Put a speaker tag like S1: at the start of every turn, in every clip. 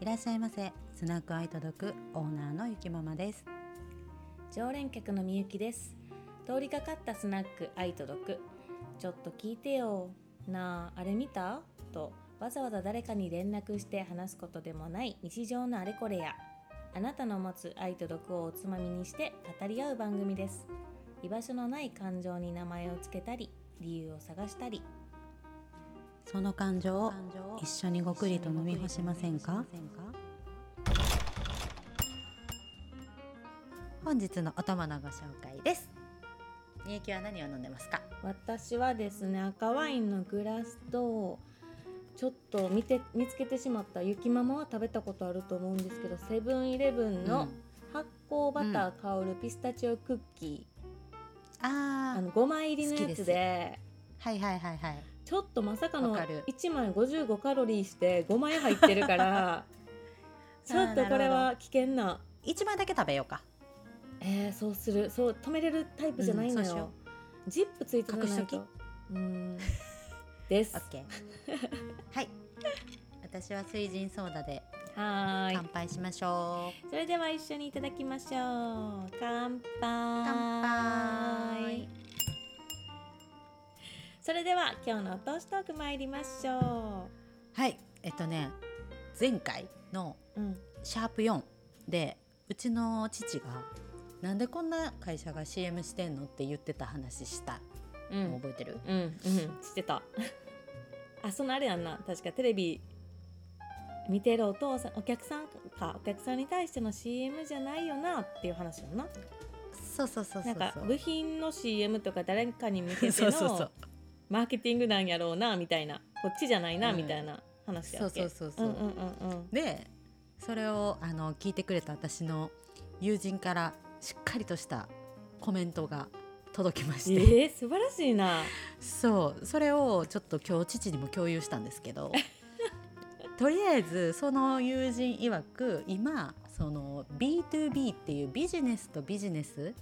S1: いらっしゃいませスナックアイ届くオーナーのゆきママです
S2: 常連客のみゆきです通りかかったスナック愛と毒ちょっと聞いてよなああれ見たとわざわざ誰かに連絡して話すことでもない日常のあれこれやあなたの持つ愛と毒をおつまみにして語り合う番組です居場所のない感情に名前をつけたり理由を探したり
S1: その感情を一緒にごくりと飲み干しませんか本日のお供のご紹介ですみゆきは何を飲んでますか
S2: 私はですね赤ワインのグラスとちょっと見て見つけてしまった雪ママは食べたことあると思うんですけどセブンイレブン
S1: う
S2: の
S1: ん
S2: 発酵バター香るピスタチオクッキー、
S1: あ
S2: あの5枚入りのや
S1: 好き
S2: つで
S1: はいはいはいはい
S2: ちょっとまさかの
S1: わかる
S2: 1枚55カロリーして5枚入ってるから ちょっとこれは危険な
S1: 一枚だけ食べようか
S2: えー、そうするそう止めれるタイプじゃないの
S1: うんそうし
S2: よ
S1: よ、
S2: ジップついてない
S1: 隠しとき
S2: とうーんで す
S1: オッケー はい私は水人ソーダで
S2: はーい
S1: 乾杯しましょう
S2: それでは一緒にいただきましょう乾杯
S1: 乾杯
S2: それでは今日のお通しトーク参りましょ
S1: はいえっとね前回の
S2: う、うん、
S1: シャープ4でうちの父がなんでこんな会社が CM してんのって言ってた話した
S2: う
S1: の
S2: ん
S1: 覚えてる、
S2: うんうん知ってた あそのあれやんな確かテレビ見てるお父さんお客さんかお客さんに対しての CM じゃないよなっていう話やんな
S1: そうそうそうそう
S2: なんか
S1: そう
S2: 部品の CM とか誰かに向けて
S1: そうそうそ
S2: の
S1: う
S2: マーケティングなんやろうなみたいなこっちじゃないな、みたいな話やっけ
S1: そうそうそうそう
S2: うんうんうんうん
S1: でそれをあの聞いてくれた私の友人からしっかりとしたコメントが届きまして、
S2: えー、素晴らしいな。
S1: そうそれをちょっと今日父にも共有したんですけ どとりあえずその友人曰く今その B2B っていうビジネスとビジネス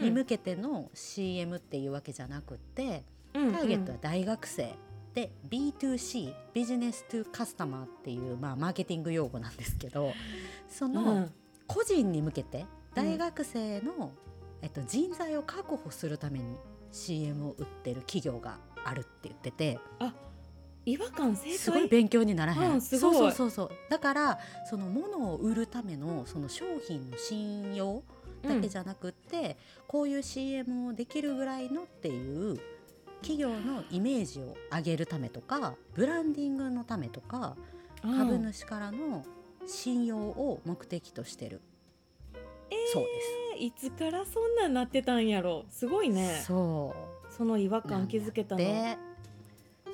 S1: に向けての CM っていうわけじゃなくって、
S2: うんうん
S1: ターゲットは大学生で B2C ビジネス・トゥ・カスタマーっていう、まあ、マーケティング用語なんですけどその個人に向けて大学生の、えっと、人材を確保するために CM を売ってる企業があるって言ってて
S2: 違和感正解。
S1: すごい勉強にならへん、
S2: うんすごい
S1: そうそうそうそうだからその物を売るためのその商品の信用だけじゃなくって、こういう CM をできるぐらいのっていう企業のイメージを上げるためとかブランディングのためとか
S2: うん
S1: 株主からの信用を目的としてる、そう
S2: えーいつからそんなんなってたんやろすごい
S1: で
S2: ね
S1: す。そ
S2: その違和
S1: うなん
S2: 感気づけたの。
S1: で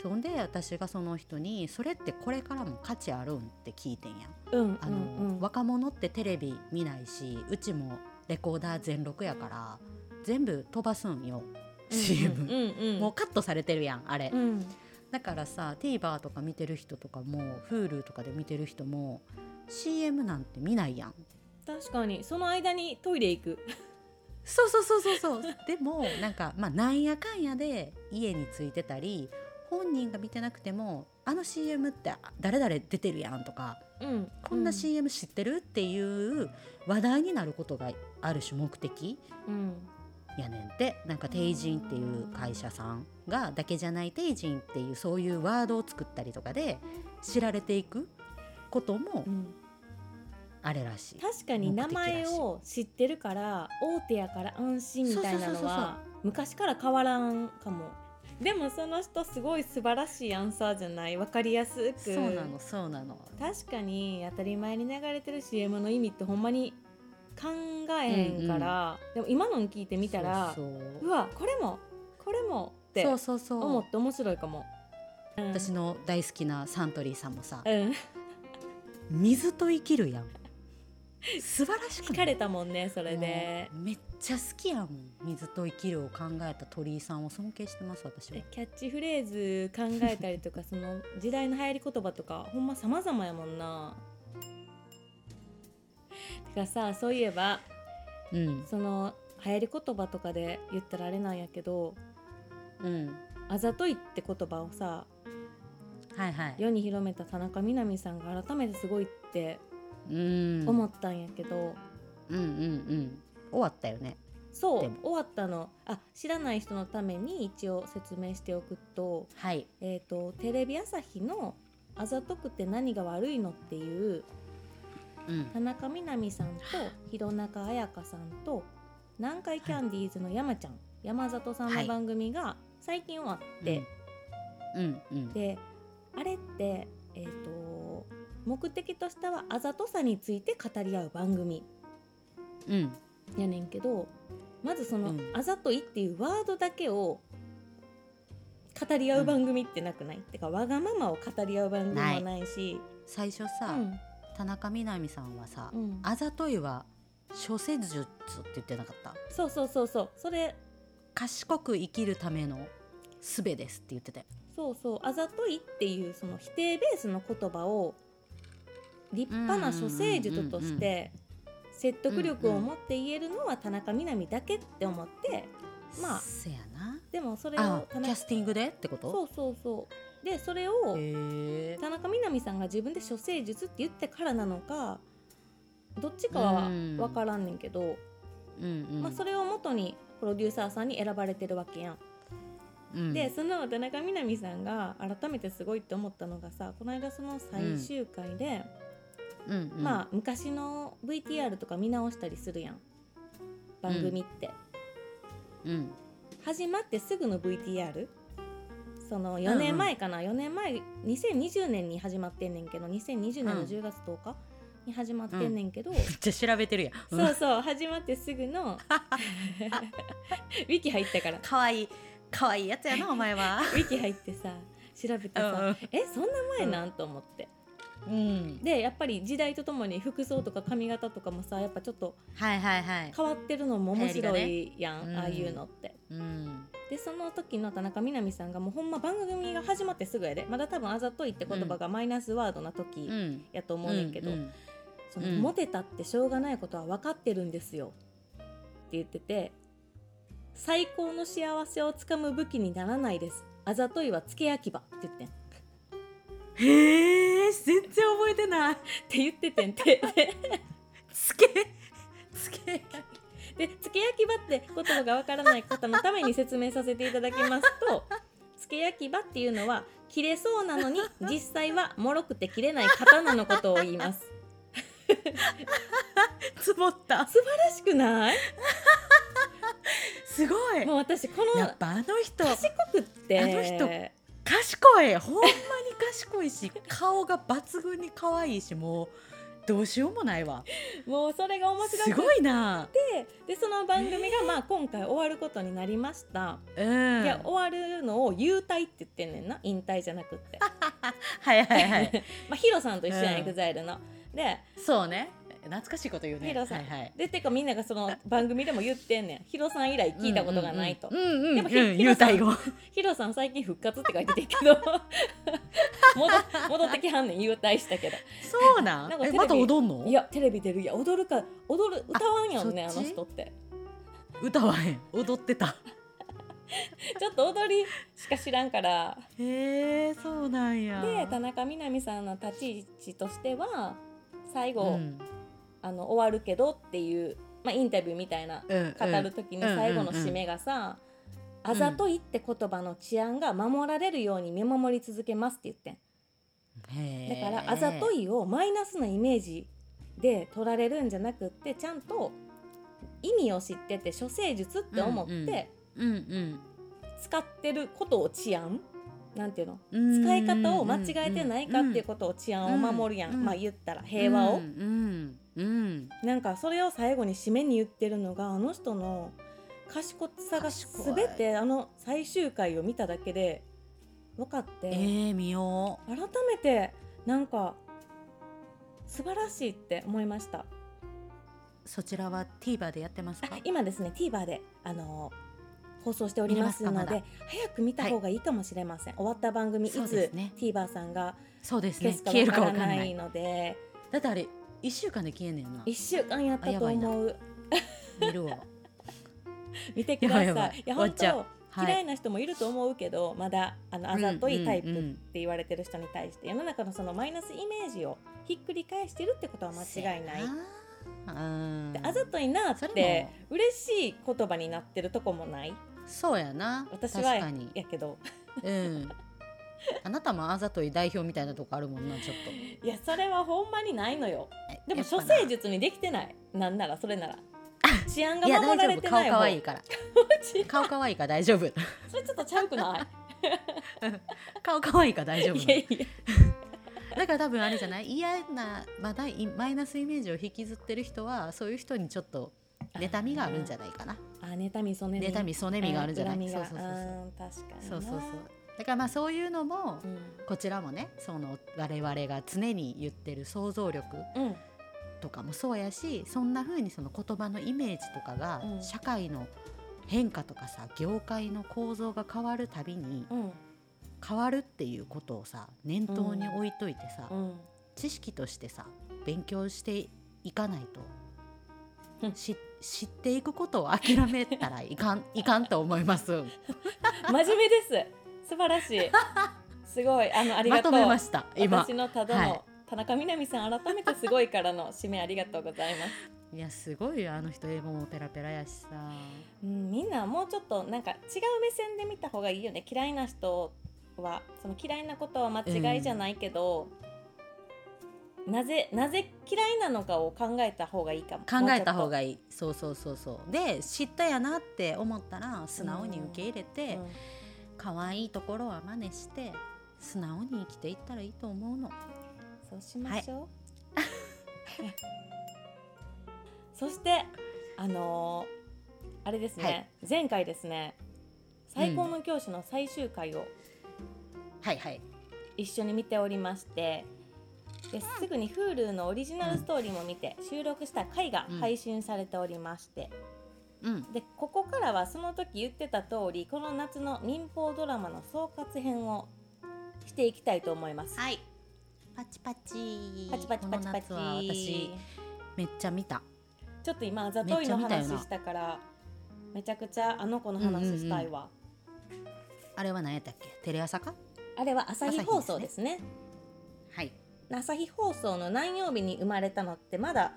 S1: そんで私がその人に「それってこれからも価値あるん?」って聞いてんやん。
S2: うん
S1: あの
S2: うんうん、
S1: 若者ってテレビ見ないしうちもレコーダー全録やから全部飛ばすんよ CM、
S2: うんうんうん、
S1: もうカットされてるやんあれ、
S2: うん、
S1: だからさ TVer とか見てる人とかも Hulu とかで見てる人も CM なんて見ないやん
S2: 確かにその間にトイレ行く。
S1: そうそうそうそうそうでもなんかまあなんやかんやで家についてたり本人が見てなくてもあの CM って誰々出てるやんとか
S2: うん、
S1: こんな
S2: ー
S1: CM 知ってるっていう話題になることがある種目的
S2: うん
S1: やねんってなんか「テイジン」っていう会社さんがだけじゃない「テイジン」っていうそういうワードを作ったりとかで知られていくことも
S2: うん、
S1: あれらしい。
S2: 確かに名前を知ってるから大手やから安心みたいな
S1: そうそうそう
S2: の
S1: そうそう
S2: は昔から変わらんかも。でもその人すごい素晴らしいアンサーじゃない分かりやすく
S1: そうなのそうなの
S2: 確かに当たり前に流れてる CM の意味ってほんまに考えへんから、でも今のん聞いてみたらう
S1: そう
S2: わこれもこれもって
S1: そうそうそう
S2: 思って面白いかも。うん、
S1: 私の大好きなサントリーさんもさ
S2: うん、
S1: 「水と生きるやん」素晴らしく
S2: 聞
S1: な
S2: か
S1: い
S2: れたもんねそれで。
S1: もうめっちゃ好きやもん水と生きるを考えた鳥居さんを尊敬してます私は
S2: えキャッチフレーズ考えたりとかその時代の流行り言葉とか ほんま様々やもんな。てかさそういえば
S1: うん
S2: その流行り言葉とかで言ったらあれなんやけど
S1: うん
S2: 「あざとい」って言葉をさ
S1: はいはい
S2: 世に広めた田中みな実さんが改めてすごいって
S1: うん
S2: 思ったんやけど、
S1: うんうんうん終わったよね
S2: そう
S1: でも
S2: 終わったのあ知らない人のために一応説明しておくと,、
S1: はい
S2: えー、とテレビ朝日の「あざとくて何が悪いの?」っていう
S1: うん
S2: 田中みな実さんと弘中綾香さんと南海キャンディーズの山ちゃん、山里さん
S1: は
S2: の
S1: い
S2: 番組が最近終わって、
S1: うんうん
S2: であれって、えー、と目的としてはあざとさについて語り合う番組
S1: うん
S2: やねんけどまずその
S1: うん
S2: 「あざとい」っていうワードだけを語り合う番組ってなくない、ってかわがままを語り合う番組もないし
S1: 最初
S2: う
S1: さ、
S2: ん
S1: 田中みな実さんはさ、
S2: うん
S1: あざといは諸説術って言ってなかった
S2: そうそうそうそうそれ
S1: 賢く生きるための術ですって言ってたよ
S2: そうそう「あざとい」っていうその否定ベースの言葉を立派な処世術として説得力を持って言えるのは田中みな実だけって思ってまあ
S1: せやな
S2: でもそれ
S1: あ
S2: を
S1: キ
S2: 田
S1: ャ
S2: 中
S1: スティングでってこと
S2: そうそうそうでそれを
S1: へえ
S2: 田中みな実さんが自分で処世術って言ってからなのかどっちかは
S1: うん
S2: 分からんねんけど、
S1: うんうん
S2: まあ、それを元にプロデューサーさんに選ばれてるわけやん。
S1: うん
S2: でその田中みな実さんが改めてすごいって思ったのがさこの間その最終回で、
S1: うんうん
S2: まあ昔の VTR とか見直したりするやん番組って、
S1: うん
S2: 始まってすぐの VTR そ
S1: う
S2: の
S1: ん
S2: 4
S1: うん
S2: 年前かな、4年前2020年に始まってんねんけど2020年の10月10日に始まってんねんけど、
S1: めっちゃ調べてるやん
S2: そうそう始まってす ぐの ウィキ入ったから
S1: かわいいかわいいやつ やなお前は
S2: ウィキ入ってさ調べてさ、
S1: うんうん
S2: えそんな前なん、と思って
S1: うん
S2: でやっぱり時代とともに服装とか髪型とかもさやっぱちょっと
S1: はいはいはい
S2: 変わってるのも面白
S1: 流
S2: いやん、
S1: うん
S2: ああいうのって。
S1: うん
S2: でその時の田中みな実さんがもうほんま番組が始まってすぐやでまだ多分「あざとい」って言葉がマイナスワードな時
S1: うん
S2: やと思うねんけど、
S1: うん
S2: その
S1: うん
S2: モテたってしょうがないことは分かってるんですよって言ってて最高の幸せをつかむ武器にならないですあざといは付け焼き場って言ってんっ
S1: へえ全然覚えてない
S2: て言 っててんて
S1: つけつけ
S2: で付け焼き場 って言葉が分からない方のために説明させていただきます と付け焼き場っていうのは切れそうなのに実際は脆くて切れない刀のことを言います
S1: つぼった
S2: 素晴らしくない
S1: すごい
S2: もう私こ
S1: や
S2: の
S1: っぱあの人
S2: 賢くって
S1: あの人賢いほんまに賢いし 顔が抜群に可愛いしもうどうしようもないわ
S2: もうそれが面白
S1: す
S2: く
S1: ごいな
S2: てでその番組がまあ今回終わることになりました、
S1: うん
S2: で終わるのを優待って言ってんねんな引退じゃなくって、
S1: はいはいはい
S2: まあ、ヒロさんと一緒やん、
S1: うん
S2: EXILE の。で
S1: そうね懐かしいこと言うね
S2: ヒロさん
S1: はいはい、
S2: でてかみんながその番組でも言ってんねんヒロさん以来聞いたことがないと、
S1: うんうんうん、
S2: でもひ
S1: うん、
S2: ひ
S1: 優
S2: ろさん
S1: 待 語
S2: ヒロさん最近復活って書いててんけど 戻戻ってきはんねん優待したけど
S1: そうなん
S2: なんかテレ
S1: え
S2: ビ
S1: また踊んの
S2: いやテレビ出るいや踊るか踊る歌わんやんね
S1: あ
S2: あ
S1: そ
S2: の
S1: っち
S2: 人って
S1: 歌わへん踊ってた
S2: ちょっと踊りしか知らんから
S1: へえそうなんや
S2: で田中みな実さんの立ち位置としては最後、
S1: うん
S2: あの終わるけどっていう、まあ、インタビューみたいな
S1: うん
S2: 語る時に最後の締めがさ「あざとい」って言葉の治安が守られるように見守り続けますって言っ
S1: うんへ
S2: てん
S1: え
S2: だから「あざとい」をマイナスのイメージで取られるんじゃなくってちゃんと意味を知ってて処世術って思っ
S1: うんうん
S2: て
S1: うんうん
S2: 使ってることを治安なんていうの
S1: 使
S2: 使い方を間違えてないかっていうことを治安を守るやん、
S1: うん
S2: まあ言ったら平和を、
S1: うんうん
S2: なんかそれを最後に締めに言ってるのがあの人の賢さが
S1: 賢い
S2: 全てあの最終回を見ただけで分かって、
S1: えー、見よ
S2: 改めてなんか素晴らしいって思いました
S1: うそちらは TVer でやってますか
S2: あ今ですね TVer であの放送しております
S1: 見れま
S2: の
S1: すかま
S2: で
S1: だ
S2: 早く見た方がいいかもしれません、終わった番組い
S1: そうで
S2: つ
S1: すね
S2: TVer さんが
S1: そうです
S2: 消
S1: ね
S2: すか
S1: 消え
S2: 分
S1: るか
S2: か
S1: わ
S2: ら
S1: かんな
S2: ないいので
S1: だってあれ一週間で消えんねんな
S2: 1週間やったと
S1: あやばい
S2: 思う
S1: 見るわ
S2: 見てください
S1: やばいやばい
S2: 本
S1: 終わっ
S2: 当
S1: ちゃうはい
S2: 嫌いな人もいると思うけどまだあのあざといタイプ
S1: うんうんうん
S2: って言われてる人に対して世の中のそのマイナスイメージをひっくり返してるってことは間違いな
S1: せ
S2: い。
S1: やな
S2: で
S1: うん
S2: あざといなっ
S1: それ
S2: て
S1: も
S2: 嬉しい言葉になってるとこもない
S1: そうやな
S2: 私は
S1: 確か
S2: や
S1: に、
S2: けど
S1: うん、あなたもあざとい代表みたいなとこあるもんなちょっと
S2: いやそれはほんまにないのよでも
S1: やっぱ
S2: 処
S1: な
S2: 世術にできてないなんならそれなら治安が
S1: いや大
S2: 守ら
S1: 丈
S2: れ
S1: 夫
S2: て
S1: 顔
S2: ない
S1: 可愛い
S2: 方
S1: から
S2: 治安
S1: 顔可愛いから大丈夫
S2: それ ちょっとちゃうくない
S1: 顔可愛い から大丈夫
S2: いやいや
S1: だから多分あれじゃない嫌な、まあ、だいマイナスイメージを引きずってる人はそういう人にちょっと妬みがあるんじゃないかな
S2: あ妬みそねみ
S1: 妬みそねみがあるんじゃない
S2: うん
S1: そう
S2: 恨
S1: そうそうそう
S2: みがうん確か
S1: そう
S2: に
S1: そうそう
S2: な
S1: だからまあそういうのも
S2: う
S1: こちらもねその我々が常に言ってる想像力
S2: ん、うん、
S1: とかもそうやしそんな風にその言葉のイメージとかが
S2: うん
S1: 社会の変化とかさ業界の構造が変わるたびに
S2: うん、
S1: 変わるっていうことをさ念頭に置いといてさ、
S2: うん、
S1: 知識としてさ勉強していかないと、
S2: うん
S1: し知っていくことを諦めたらいか んいかんと思います
S2: 真面目です。素晴らしい。すごい、あの、あり
S1: ま
S2: がと
S1: と
S2: う。
S1: めました今
S2: 私のただの、
S1: はい
S2: 田中みな実さん、改めてすごいからの締めありがとうございます。
S1: いやすごいよあの人英語もペラペラやしさ
S2: うん、みんなもうちょっと、なんか違う目線で見た方がいいよね。嫌いな人は、その嫌いなことは間違いじゃないけど。なぜ、なぜ嫌いなのかを考えた方がいいかも。
S1: 考えた方
S2: い
S1: がいいそうそうそうそうで知ったやなって思ったら素直に受け入れ
S2: い
S1: て、可愛いところは真似して素直に生きていったらいいと思うの
S2: そうしましょう。 そしてあのーあれですね、
S1: はい
S2: 前回ですね最高の教師の最終回を
S1: はいはい
S2: 一緒に見ておりまして、ですぐに Hulu のオリジナルストーリーも見て収録した回が配信されておりまして、
S1: うん
S2: でここからはその時言ってた通りこの夏の民放ドラマの総括編をしていきたいと思います。
S1: はいパチパチ
S2: パチパチパチパ
S1: こ
S2: チ
S1: の夏は私めっちゃ見た
S2: ちょっと今あざといの
S1: めっちゃ見たよ
S2: 話
S1: な
S2: したからめちゃくちゃあの子の話したいわ、
S1: あれは何やったっけテレ朝か
S2: あれは朝日放送ですね
S1: はい
S2: 朝日放送の何曜日に生まれたのってまだ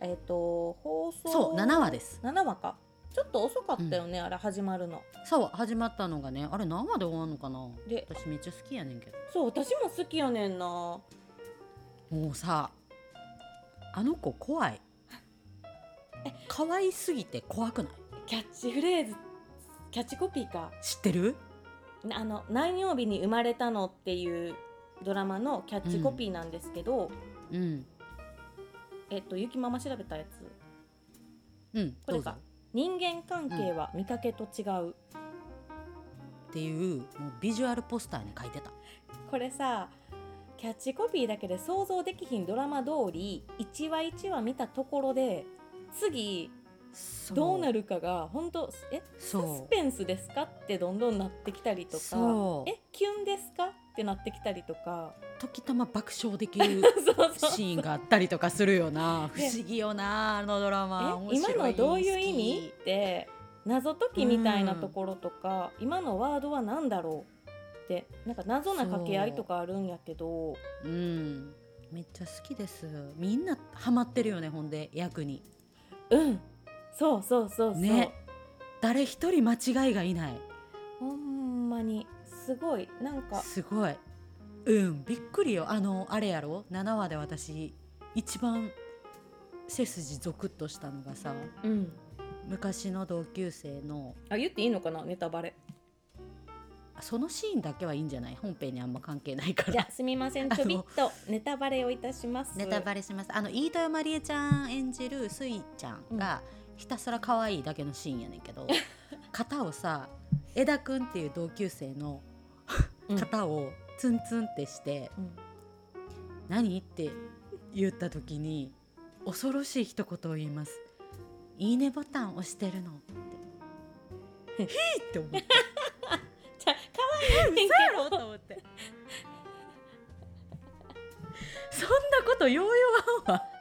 S2: えっ、と放送
S1: そう7話です
S2: 7話かちょっと遅かったよね、あれ始まるの
S1: そう始まったのがねあれ何話で終わるのかな
S2: で
S1: 私めっちゃ好きやねんけど
S2: そう私も好きやねんな
S1: もうさあの子怖い可愛すぎて怖くない
S2: キャッチフレーズキャッチコピーか
S1: 知ってる
S2: なあの何曜日に生まれたのっていうドラマのキャッチコピーなんですけど、
S1: うん
S2: えっとゆきママ調べたやつ
S1: うん
S2: こ
S1: ど
S2: れ
S1: うぞ
S2: か人間関係は見かけと違う、
S1: っていうもうビジュアルポスターに書いてた
S2: これさキャッチコピーだけで想像できひんドラマ通り1話1話見たところで次どうな
S1: る
S2: るかが本当えサス
S1: そう
S2: ペンスですかってどんどんなってきたりとか
S1: そう
S2: えキュンですかってなってきたり とか
S1: 時たま爆笑できる
S2: そう そう
S1: シーンがあったりとかするよな不
S2: で
S1: 思議よなあのドラマ面
S2: え今
S1: 白
S2: のどういう意
S1: 好き
S2: 味って謎解きみたいなところとか、今のワードは何だろうってなんか謎な掛け合いとかあるんやけど。
S1: うんめっちゃ好きですみんなハマってるよねほんで役に
S2: うんそうそうそうそう、
S1: ね誰一人間違いがいない
S2: ほんまにすごいなんか
S1: すごいうんびっくりよあのあれやろ7話で私一番背筋ゾクッとしたのがさ
S2: うん
S1: 昔の同級生の
S2: あ言っていいのかなネタバレ
S1: そのシーンだけはいいんじゃない本編にあんま関係ないか
S2: じ
S1: ら
S2: ゃあすみませんちょびっとネタバレをいたします
S1: ネタバレしますあの飯豊まりえちゃん演じるスイちゃんがひたすら可愛いだけのシーンやねんけ ど肩をさ枝くんっていう同級生の
S2: うん
S1: 肩をツンツンってして
S2: うん
S1: 「何?」って言った時に恐ろしい一言を言います「いいねボタン押してるの」って「ひー!」って思って
S2: じゃあ可愛いねんけ
S1: やろうと思って そんなことよう言わんわ
S2: ど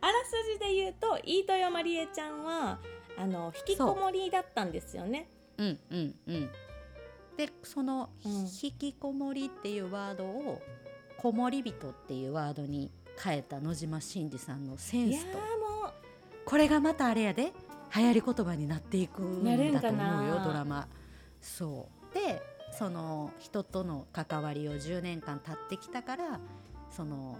S2: あらすじで言うと飯豊まりえちゃんはあの引きこもりだったんですよね
S1: うんうんうんでその「
S2: うん
S1: 引きこもり」っていうワードを「こもりびと」っていうワードに変えた野島真二さんのセ
S2: い
S1: ン
S2: や
S1: スと
S2: ーも
S1: これがまたあれやで流行り言葉になっていく
S2: なる
S1: ん
S2: ん
S1: だと
S2: かな
S1: 思うよドラマ。そうでその人との関わりを10年間経ってきたからその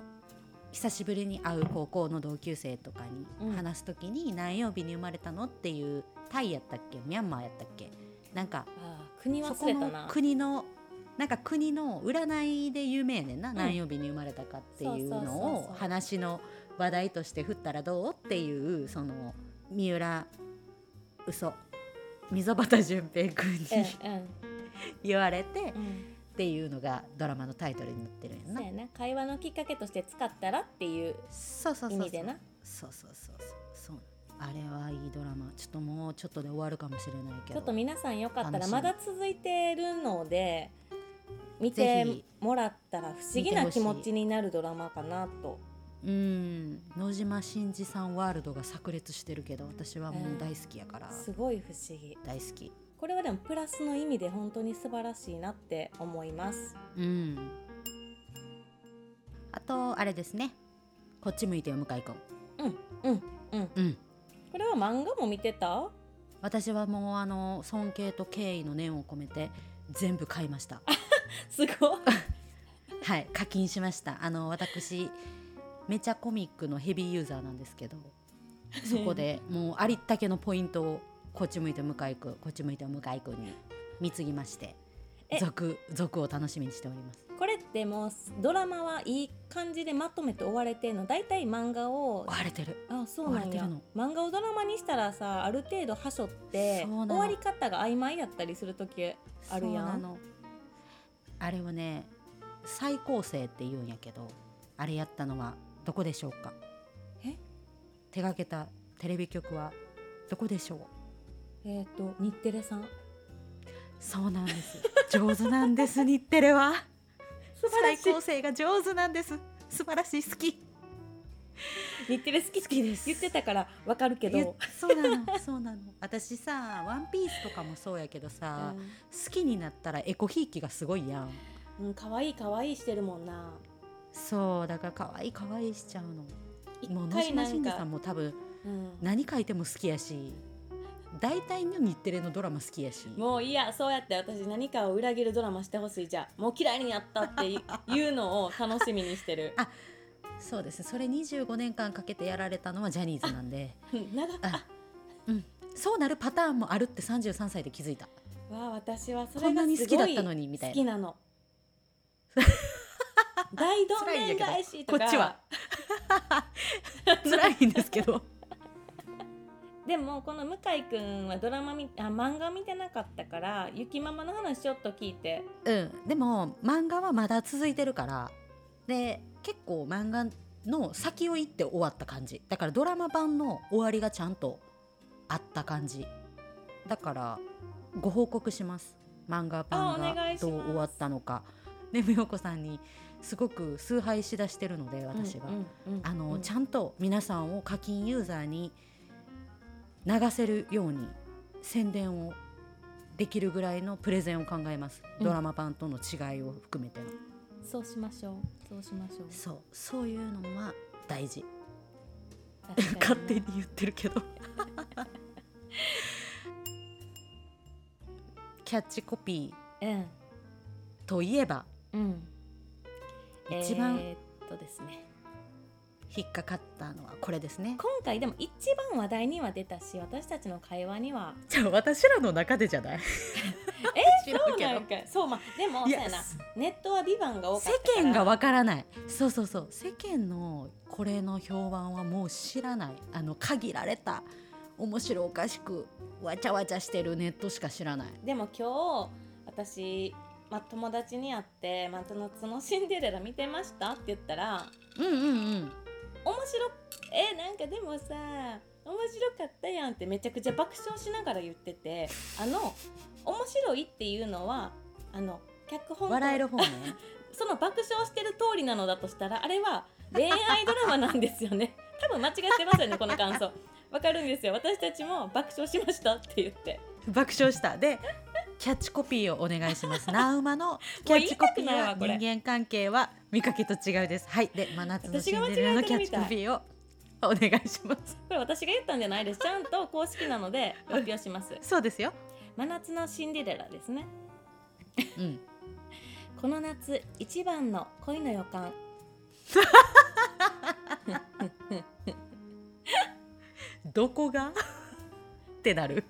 S1: 久しぶりに会う高校の同級生とか
S2: うん
S1: に話す時に「何曜日に生まれたの?」っていうタイやったっけミャンマーやったっけなんか
S2: うあー国
S1: そ
S2: 忘
S1: こ
S2: れた
S1: の
S2: な
S1: 国のなんか国の占いで有名やねんな、
S2: ん
S1: 何曜日に生まれたかっていう
S2: そうそうそう
S1: の
S2: そう
S1: を話の話題として振ったらどうっていうその三浦嘘溝端淳平君に
S2: うんうん
S1: 言われて
S2: う
S1: っ
S2: ん
S1: ていうのがドラマのタイトルになってるんやん
S2: そ
S1: な
S2: うやな会話のきっかけとして使ったらっていう
S1: そうそう
S2: 意
S1: そう
S2: 味
S1: そ
S2: で
S1: う
S2: な
S1: そうそうそうそうそうあれはいいドラマちょっともうちょっとで終わるかもしれないけ
S2: ちょ
S1: ど
S2: っと皆さんよかっ
S1: 楽
S2: たら
S1: しみ
S2: まだ続いてるので見て
S1: ぜひ
S2: もらったら不思議な気持ちになるドラマかなと
S1: うん野島真二さんワールドが炸裂してるけど私はもう大好きやから、
S2: すごい不思議
S1: 大好き
S2: これはでもプラスの意味で本当に素晴らしいなって思います
S1: うんあとあれですねこっち向いてよ向井君
S2: うんうんうん
S1: うん
S2: これは漫画も見てた
S1: 私はもうあの尊敬と敬意の念を込めて全部買いました
S2: すごい
S1: はい課金しましたあの私めちゃコミックのヘビーユーザーなんですけどそこ でもうありったけのポイントをこっち向いてよ向井君こっち向いてよ向井君に貢ぎまして
S2: え
S1: 続続を楽しみにしております
S2: これってもうドラマはいい感じでまとめて終われてんの大体漫画を
S1: 割れてる
S2: あそうなん
S1: 追わ
S2: や
S1: れて
S2: 漫画をドラマにしたらさある程度はしょって
S1: そうな
S2: 終
S1: の
S2: わり方が曖昧やったりする時あるやん
S1: そうなのあれをね再構成って言うんやけどあれやったのはどこでしょうか
S2: え
S1: 手がけたテレビ局はどこでしょう
S2: えっ、と日テレさん
S1: そうなんです上手なんです日テレは
S2: 素
S1: 再構成が上手なんです素晴らしい好き
S2: 日テレ好き
S1: 好きです
S2: 言ってたからわかるけ
S1: ゆ
S2: ど、
S1: そうなのそうなの私さ「ワンピースとかもそうやけど
S2: う
S1: さ、
S2: ん
S1: 好きになったらエコひいきがすごいやん
S2: うん、かわいいかわいいしてるもんな
S1: そうだから可愛い可愛いしちゃうの
S2: 一
S1: もう野
S2: 回な
S1: 島
S2: ん
S1: 真二さ
S2: か
S1: んも多分
S2: うん
S1: 何書いても好きやし大体の日テレのドラマ好きやし
S2: もういいやそうやって私何かを裏切るドラマしてほしいじゃあもう嫌いになったっていいうのを楽しみにして る
S1: あそうですねそれ25年間かけてやられたのはジャニーズなんで
S2: うん長く
S1: あうんそうなるパターンもあるって33歳で気づ いた
S2: わあ私はそ
S1: こ
S2: れ
S1: ん
S2: が
S1: な
S2: す
S1: に
S2: ごい
S1: 好きだったのにみたいな
S2: 好きな の大どん
S1: 辛いんや
S2: でん
S1: けど
S2: 返しとか
S1: こっちは辛いんですけど
S2: でもこの向井くんはドラマみあ漫画見てなかったからゆきママの話ちょっと聞いて
S1: うんでも漫画はまだ続いてるからで結構漫画の先を行って終わった感じだからドラマ版の終わりがちゃんとあった感じだからご報告します漫画版
S2: あお願
S1: が
S2: いし
S1: ど
S2: ます
S1: う終わったのかね美代子さんにすごく崇拝しだしてるので私が、あの、ち
S2: ゃん
S1: ゃんと皆さんを課金ユーザーに流せるように宣伝をできるぐらいのプレゼンを考えます、
S2: うん
S1: ドラマ版との違いを含めての
S2: そうしましょうそうしましょう
S1: そうそういうのは大事
S2: 確か
S1: 勝
S2: に
S1: 手に言ってるけど キャッチコピー
S2: うん
S1: といえば
S2: うん
S1: 一番
S2: えーっとですね
S1: 引っかかったのはこれですね
S2: 今回でも一番話題には出たし私たちの会話 には
S1: じゃあ私らの中でじゃない
S2: え
S1: 知らんけ
S2: そう
S1: ど
S2: なんかそうまあでも
S1: い
S2: そう
S1: や
S2: やなネットは「ビバンが多か
S1: 世
S2: ったから
S1: 間がわからないそうそうそう世間のこれの評判はもう知らないあの限られた面白おかしくわちゃわちゃしてるネットしか知らない
S2: でも今日私、まあ、友達に会って「まあ、そのそのシンデレラ見てました?」って言ったら
S1: うんうんうん
S2: 「面白っえなんかでもさ面白かったやん」ってめちゃくちゃ爆笑しながら言っててあの面白いっていうのはあの脚本と
S1: 笑える方ね
S2: その爆笑してる通りなのだとしたらあれは恋愛ドラマなんですよね多分間違ってますよねこの感想わかるんですよ私たちも爆笑しましたって言って
S1: 爆笑したでキャッチコピーをお願いし ます。ナウマのキャッチコピー
S2: もう言いたくないわ
S1: は
S2: これ
S1: 人間関係は見かけと違うです。はい、で真夏の
S2: 私
S1: シ
S2: が
S1: ン
S2: 間
S1: デレラ
S2: 違
S1: の
S2: え
S1: キ
S2: て
S1: ャッ
S2: るみ
S1: チコ
S2: たい
S1: ピーをお 願いします。
S2: これ私が言ったんじゃないですちゃんと公式なの で発表します
S1: そうですよ。
S2: 真夏のシンデレラですね
S1: うん。
S2: この夏一番の恋の予感
S1: どこがってなる。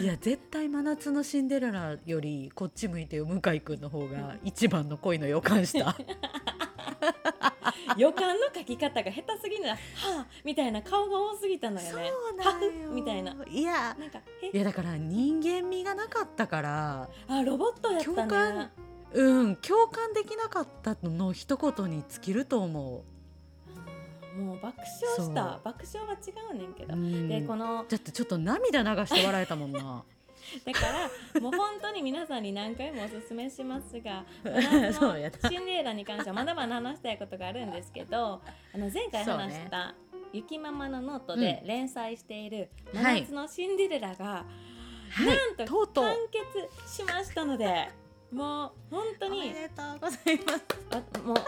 S1: いや絶対真夏のシンデレラよりこっち向いてよ向井くんの方が一番の恋の予感 した。
S2: 予感の書き方が下手すぎるなはあみたいな顔が多すぎたのよね
S1: なんよ
S2: みたいな。
S1: いや。
S2: なんか
S1: い
S2: え
S1: やだから人間味がなかったから
S2: あロボットやった
S1: 共感
S2: ね
S1: うん共感できなかったの一言に尽きると思
S2: もう爆笑し
S1: そ
S2: た
S1: う
S2: 爆笑は違うねんけ
S1: う、
S2: ど、
S1: うん
S2: でこの
S1: だってちょっと涙流して笑えたも んな
S2: だからもう本当に皆さんに何回もおすすめしま すが
S1: そうやな
S2: シンデレラに関してはまだまだ話したいことがあるんですけどあの前回話した「ゆきママのノート」で連載している「
S1: うん
S2: 真夏のシンデレラ」がなんと
S1: とうとう
S2: 完結しましたのでもう本当
S1: お め
S2: に
S1: でとうございます
S2: わもう本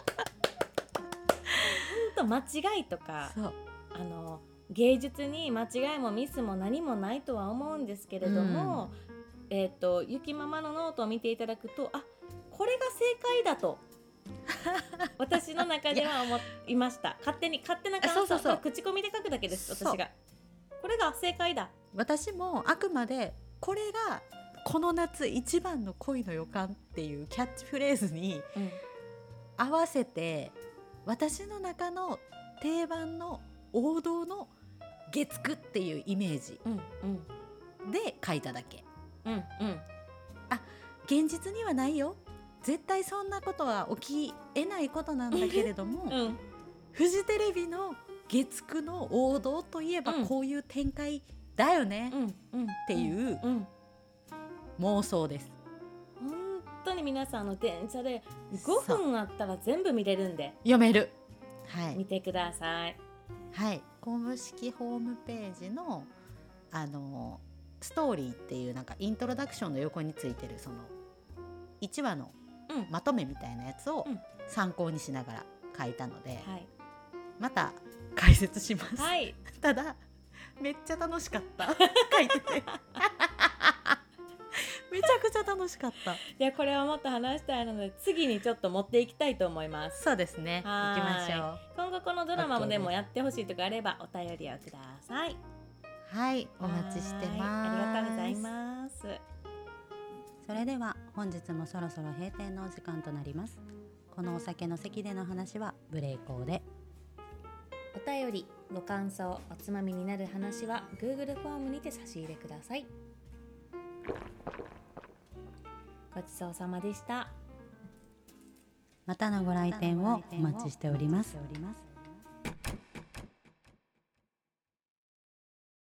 S2: 当間違いとか
S1: そう
S2: あの芸術に間違いもミスも何もないとは思うんですけれども、えっ、とゆきママのノートを見ていただくとあこれが正解だ と私の中では思いました勝手に勝手な感想
S1: そうそうそう
S2: これ口コミで書くだけです
S1: そう
S2: 私がこれが正解だ
S1: 私もあくまでこれがこの夏一番の恋の予感っていうキャッチフレーズに
S2: うん
S1: 合わせて私の中の定番の王道の月9っていうイメージ
S2: うんうん
S1: で書いただけ
S2: うんうん
S1: 現実にはないよ絶対そんなことは起きえないことなんだけれども、
S2: うん
S1: フジテレビの月9の王道といえば
S2: うん
S1: こういう展開だよね
S2: うんうんっ
S1: っていう
S2: うん
S1: 妄想です。
S2: 本当に皆さんあの電車で5分あったら全部見れるんで
S1: 読める。はい
S2: 見。てください
S1: はい。公式ホームページのあのストーリーっていうなんかイントロダクションの横についてるその1話の
S2: うん
S1: まとめみたいなやつを
S2: うん
S1: 参考にしながら書いたので、
S2: はい
S1: また解説します。
S2: はい
S1: ただめっちゃ楽しかった 書いててめちゃくちゃ楽しかった
S2: いやこれはもっと話したいので次にちょっと持っていきたいと思います
S1: そうですね
S2: は
S1: 行
S2: ーい
S1: きましょ
S2: 今後このドラマもで
S1: あと
S2: も
S1: ね
S2: やってほしいとかあればお便りをくださいう
S1: はいお待ちしてます
S2: はーいありがとうございます
S1: それでは本日もそろそろ閉店のお時間となりますこのお酒の席での話はブレイコーで
S2: お便りご感想おつまみになる話は Google フォームにて差し入れくださいごちそうさまでした
S1: またのご来店をお待ちしております